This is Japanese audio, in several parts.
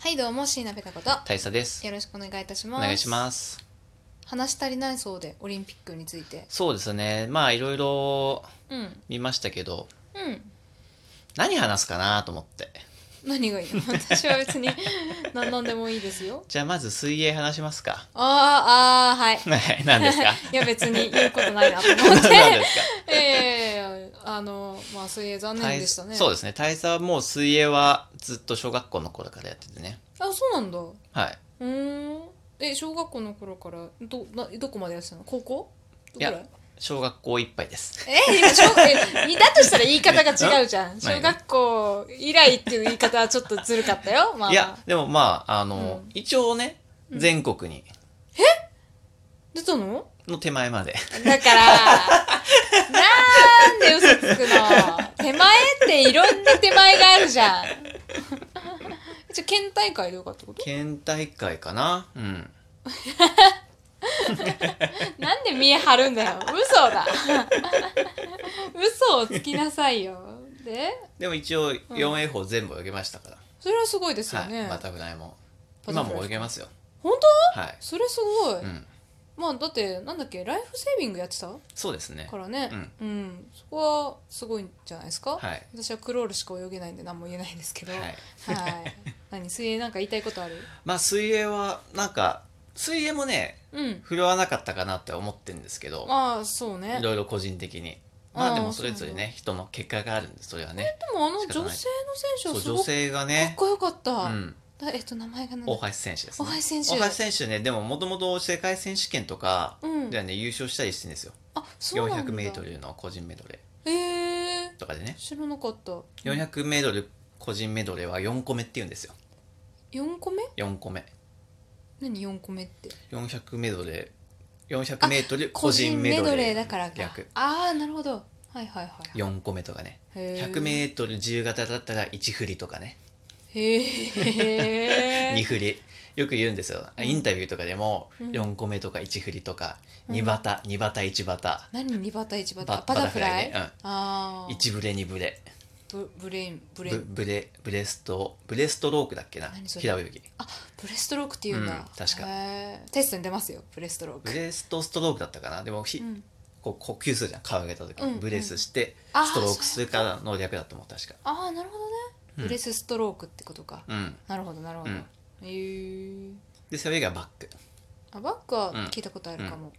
はいどうも椎名ペタこと大佐ですよろしくお願いいたしおます願いします話し足りないそうでオリンピックについてそうですねまあいろいろうんうん見ましたけど何話すかなと思って何がいい の私は別に何なんでもいいですよじゃあまず水泳話しますか あーあーはいはい何ですか いや別に言うことないなと思って何です いやいやいやあのまあ水泳残か念でしたね大そうですね大佐はもう水泳はずっと小学校の頃からやっててねあそうなんだうはいーんえ小学校の頃からどなどこまでやってたの高校どこいやらい小学校いっぱいですえ今小えだとしたら言い方が違うじゃんん小学校以来っていう言い方はちょっとずるかったよまあいやでもまああの、うん一応ね全国に出たのの手前までだからなんで嘘つくの手前っていろんな手前があるじゃんじゃあ県大会でよかったこと県大会かなうんなんで見え張るんだよ嘘だ嘘をつきなさいよででも一応 4A 法全部泳げましたから、それはすごいですよね、はいバタフライもバタ今フライも泳げますよ本はい当それすごい、うん、まあだってなんだっけライフセービングやってたそうですねか。らね、うんそこはすごいんじゃないですか、はい。私はクロールしか泳げないんで何も言えないんですけど、ははい い。何水泳なんか言いたいことあるまあ水泳はなんか水泳もねうん振るわなかったかなって思ってるんですけど、まあそうねいでろいろ個人的に。あまーあでもそれぞれそうなね人の結果があるんでそれはね。もあの仕女性方の選ない手そはうすごく女か性がっね、こよかった、うん、だえっと名前がなんだ大橋選手です、ね。大橋選手大橋選手ねでももともと世界選手権とかうんではね優勝したりしてるんですよ。あそうなんだ 400m の個人メドレえーー、とかでね。知らなかった 400m 個人メドレーは4個目って言うんですよ。 4個目4個目。何4個目って400メドレー400メートル個人メドレーだからか逆ああなるほどはいはいはい4個目とかねへー100メートル自由形だったら1振りとかね へ2え振りよく言うんですよんインタビューとかでもうん4個目とか1振りとかうん2バタ2バタ1バタ何2バタ1バタババタフライバタフライねああ1ブレ2ブレブブレインブレイブンブレブレストブレストロークだっけな何それ平泳ぎあブレストロークっていうんだ、うん確かへーテストに出ますよブレストローブク、レストストロークだったかなでもひ、うん、こう呼吸するじゃん顔上げた時うんうにんブレスしてあーストロークするからの略だと思う確かああなるほどね、うんブレスストロークってことか、うんなるほどなるほど、うんへえで背泳ぎはバックあバックは聞いたことあるかも、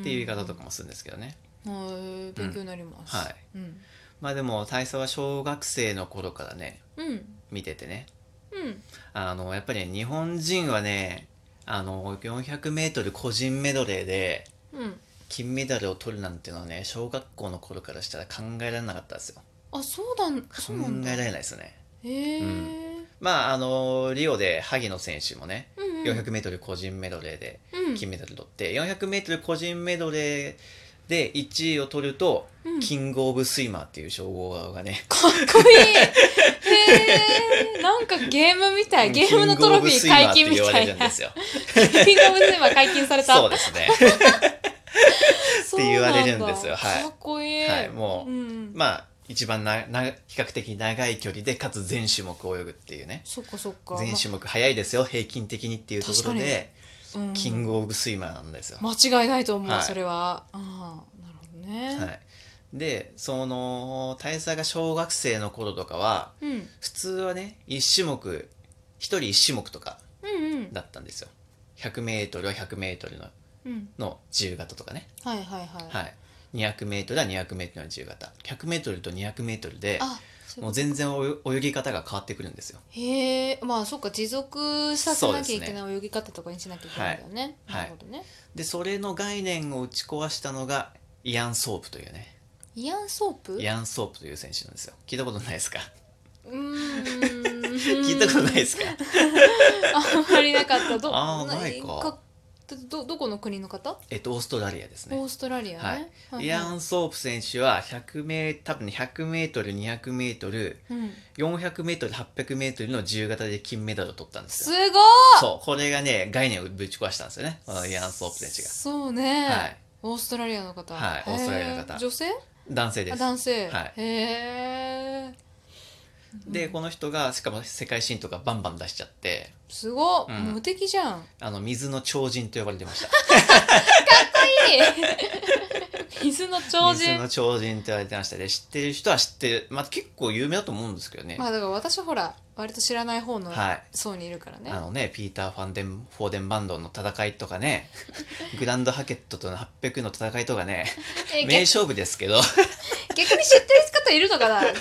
っていう言い方とかもするんですけどね、もうんへー勉強になります、うんはいうんまあでも体操は小学生の頃からねうん見ててねうんあのやっぱり日本人はねあの 400m 個人メドレーでうん金メダルを取るなんてのはね小学校の頃からしたら考えられなかったですよあそうだそ考うえなんだらへれないですねえ、うまああのリオで萩野選手もねうんうん、 400m 個人メドレーでうん金メダル取って、400m 個人メドレーで1位を取ると、うんキング・オブ・スイマーっていう称号がねかっこいいへえなんかゲームみたいゲームのトロフィー解禁みキングオブスたいイマーって言われるなんですよキングオブスイマー解禁された そうですねそうって言われるんなんだですよはいかっこいい、はいもううんまあ一番なな比較的長い距離でかつ全種目泳ぐっていうねそっかそっか全種目早いですよ平均的にっていうところでまうんキング・オブ・スイマーなんですよ、間違いないと思う、はいそれはああなるほどね、はい、でその大佐が小学生の頃とかはうん、普通はね1種目1人1種目とかうんうんだったんですよ 100m は 100m のうんの自由形とかね、はいはいはい、はい、200m は 200m の自由形 100m と 200m であそういうこもうと全然およ泳ぎ方が変わってくるんですよへえまあそっか持続させなきゃいけそない泳ぎ方とかにしなきゃいけないんだよね、はいなるほどね、でそれの概念を打ち壊したのがイアン・ソープというねイアンソープイアン・ソープという選手なんですよ聞いたことないですかうーん 聞いたことないで すかあんまりなかったどあーないかどどこの国の方、えっとオーストラリアですねオーストラリアね、ははいイアンン・ソープ選手は100メ多分 100m200m400m800m うん、の自由形で金メダルを取ったんですすよごいそうこれがね概念をぶち壊したんですよねこのイアン・ソープ選手がそうね、はいオーストラリアの方はいオーストラリアの方へ女性男性であす男性、はいへえでこの人がしかも世界新とかバンバン出しちゃってすごっ、うん無敵じ ゃん。あの水の超人と呼ばれてましたいい水の超水人。の超人と呼ばれてましたで知ってる人は知ってる、まあ、結構有名だと思うんですけどね、まあだから私ほら、割と知らない方のはい層にいるからね。あのねピーター・ファンデンフォーデンバンドの戦いと かねグランドハケットとの800の戦いとかねえ名逆勝負ですけど逆に知ってる方いるのかな今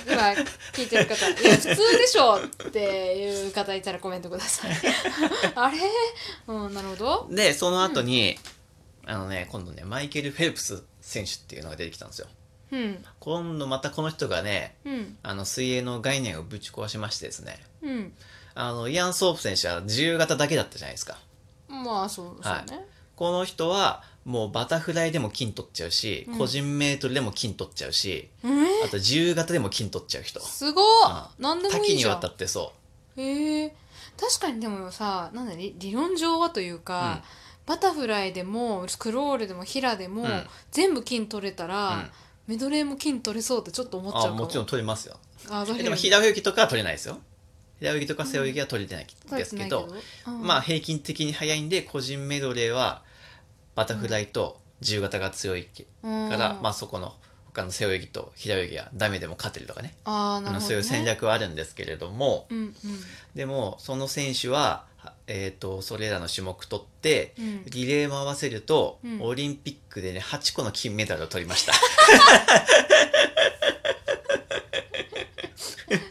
聞いてる方。いや、普通でしょっていう方いたらコメントくだ さい。あれうん、なるほど。でその後に、あのね今度ねマイケル・フェルプス選手っていうのが出てきたんですようん、今度またこの人がねうん、あの水泳の概念をぶち壊しましてですねうん。あのイアン・ソープ選手は自由形だけだったじゃないですかまあ、そう、そうね。この人はもうバタフライでも金取っちゃうし、うん個人メートルでも金取っちゃうしえーあと自由形でも金取っちゃう人すごっあ何で多もい岐いにじゃわんた。ってそうへえ確かにでもさなんだ理理論上はというか、バタフライでもクロールでも平でも、うん全部金取れたら、うんメドレーも金取れそうってちょっと思っちゃうあかももちろん取れますよあどれでも平泳ぎとかは取れないですよ平泳ぎとか背泳ぎは取れてないですけど,、まあ平均的に速いんで個人メドレーはバタフライと自由形が強いけあから、まあそこの他の背泳ぎと平泳ぎはダメでも勝てるとかねあーなるほど、ね、そういう戦略はあるんですけれどもうんうんでもその選手は、はえー、とそれらの種目取って うんリレーも合わせると、うんオリンピックでね8個の金メダルを取り ました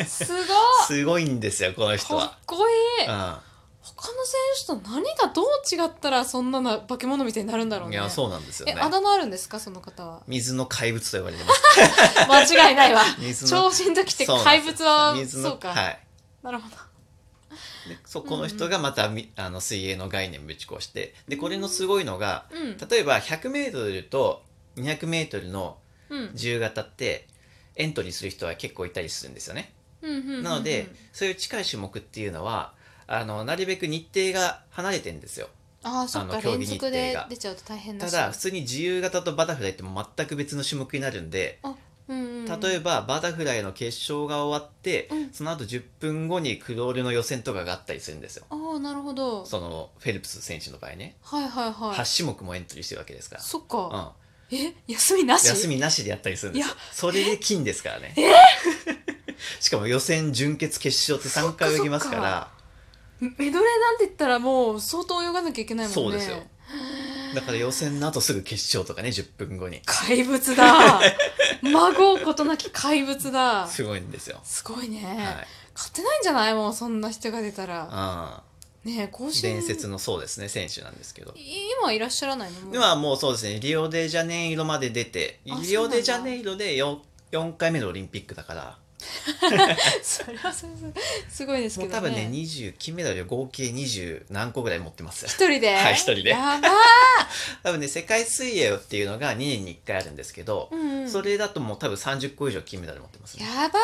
すごいすごいんですよこの人かはっ。こいい、うん他の選手と何がどう違ったらそんなな化け物みたいになるんだろういねやそうなんですよえねあだ名あるんですかその方は 水の怪物と呼ばれてます間違い ないわ水の超人ときて怪物はそうなんですよ水のそうか、はいなるほどでそうこの人がまたみ、あの水泳の概念ぶち壊してでこれのすごいのがうん例えば 100m と 200m のうん自由形ってエントリーする人は結構いたりするんですよね、うんうんうんうんなのでそういう近い種目っていうのはあのなるべく日程が離れてんですよああそっあかの競連技日程続がで出ちゃうと大変だたしだ普通に自由形とバタフライって全く別の種目になるんでうんうんうん、例えばバタフライの決勝が終わって、うんその後10分後にクロールの予選とかがあったりするんですよああなるほどそのフェルプス選手の場合ね、はいはいはい8種目もエントリーしてるわけですから、そっか、うん、え休みなし休みなしでやったりするんですよいやそれで金ですからね しかも予選準決決勝って3回泳ぎますからメドレーなんて言ったらもう相当泳がなきゃいけないもんねそうですよだから予選の後すぐ決勝とかね10分後に怪物だ 孫うことなき怪物だすごいんですよ、すごいね、はい勝てないんじゃないもうそんな人が出たらあねえ更ー、新伝説のそうですね選手なんですけどい今いらっしゃらないのもう今はもうそうですねリオデジャネイロまで出てあリそうなオんだデジャネイロで 4, 4回目のオリンピックだから それはそれですごいですもけうど多分ね20金メダルを合計20何個ぐらい持ってますよ 一人ではい一人でや ばー、多分ね世界水泳っていうのが2年に1回あるんですけど、うんうんそれだともう多分30個以上金メダル持ってますね。やば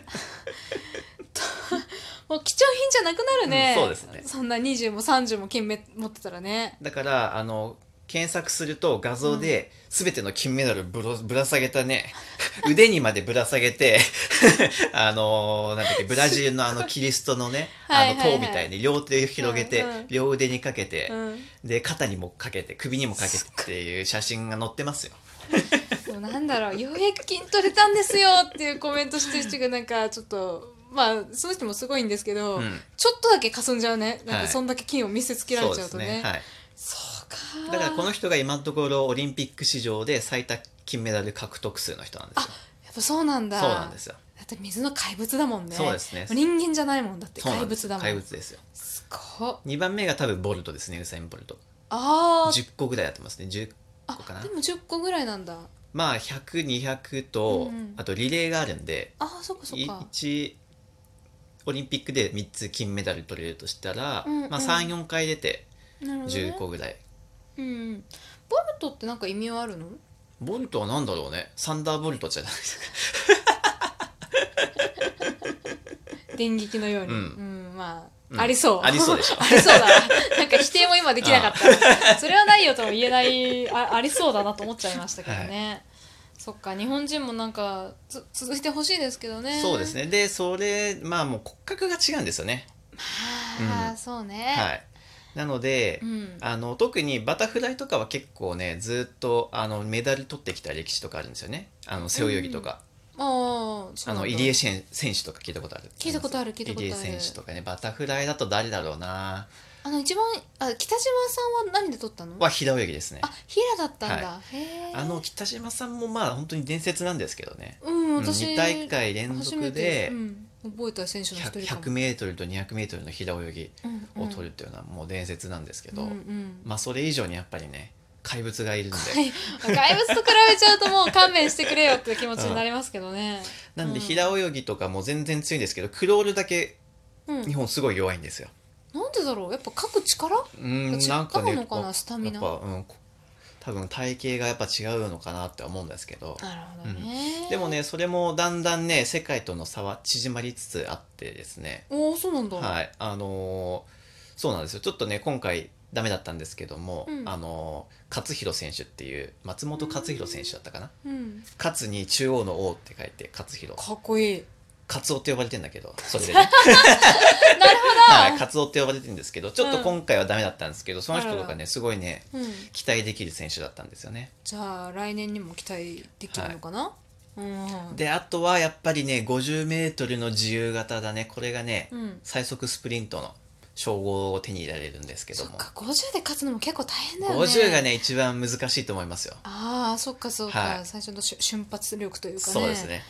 ーともう貴重品じゃなくなるね、うんそうですねそんな20も30も金メ持ってたらねだからあの検索すると画像で全ての金メダルぶらぶら下げたね 腕にまでぶら下げて あのーなんだっけブラジルのあのキリストのね はいあはいのはい塔みたいに両手を広げて、うんうん両腕にかけて、うんで肩にもかけて首にもかけてっていう写真が載ってますよ。もうなんだろうようやく筋取れたんですよっていうコメントしてる人がなんかちょっとまあその人もすごいんですけど、うんちょっとだけかすんじゃうねなんはかいそんだけ金を見せつけられちゃうとね,、そうはいかだからこの人が今のところオリンピック史上で最多金メダル獲得数の人なんですよ。やっぱそうなんだそうなんですよ。だって水の怪物だもんねそうですね人間じゃないもんだってそうな怪んです物だもん怪物ですよ。すごっ2番目が多分ボルトですね、ウサイン・ボルト。あー10個ぐらいやってますね、10個かあなで。も10個ぐらいなんだまあ、100、200と、うんうんあとリレーがあるんで、あーそっかそっか1オリンピックで3つ金メダル取れるとしたら、うんうんまあ、3、4回出てなるほど、ね10、個ぐらい。うんボルトってなんか意味はあるのボルトは何だろうね、サンダーボルトじゃないですか。電撃のように、ううんん、まあ、うんありそうありそうでしょ ありそうだわなんか否定も今 できなかったそれはないよとも言えないあありそうだなと思っちゃいましたけどね、そっか日本人もなんかつ続いてほしいですけどねそうですねでそれまあもう骨格が違うんですよねまあ、そうねはいなので、うんあの特にバタフライとかは結構ねずっとあのメダル取ってきた歴史とかあるんですよねあの背泳ぎとか、ああそうなあんのだ入江選選手とか聞いたことある聞いたことある聞いたことある入江選手とかねバタフライだと誰だろうなあの一番あ北島さんは何で撮ったのは平泳ぎですねあ平だったんだ、へえあの北島さんもまあ本当に伝説なんですけどね、うんうん、私、 2大会連初続めてでうん、覚えた選手の一人かも 100m と 200m の平泳ぎうんうんを取るっていうのはもう伝説なんですけど、うんうんまあそれ以上にやっぱりね怪物がいるんではい怪物と比べちゃうともう勘弁してくれよって気持ちになりますけどね。なんでうん平泳ぎとかも全然強いんですけどクロールだけうん、日本すごい弱いんですよ。なんでだろうやっぱ書く力うん違うなんかねのかなこうスタミナやっぱ、うん、こ多分体型がやっぱ違うのかなって思うんですけどなるほどね。でもねそれもだんだんね世界との差は縮まりつつあってですねおおそうなんだ。はいあのーそうなんですよちょっとね今回ダメだったんですけども、うんあのー勝弘選手っていう松本勝弘選手だったかな、うん、勝に中央の王って書いて勝弘かっこいい。勝夫って呼ばれてんだ けどそれでねなるはい、ほど。カツオって呼ばれてるんですけどちょっと今回はダメだったんですけど、その人とかあらねすごいねうん、期待できる選手だったんですよねじゃあ来年にも期待できるのかな、うん。であとはやっぱりね 50m の自由形だねこれがね、うん最速スプリントの称号を手に入れられるんですけどそっも、か50で勝つのも結構大変だよね。 50が。ね一番難しいと思いますよ、ああそっかそっか、はい最初のしゅ瞬発力というかね。そうです。ね、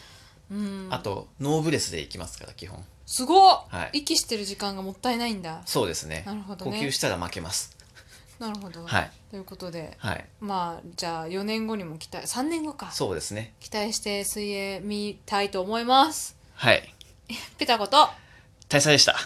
うん、あとノーブレスでいきますから基本すごっ、はい息してる時間がもったいないんだ。そうですねなるほど呼ね吸したら負けますなるほど。はいということで、はいまあじゃあ4年後にも期待3年後かそうですね期待して水泳見たいと思いますはいペタこと大佐でした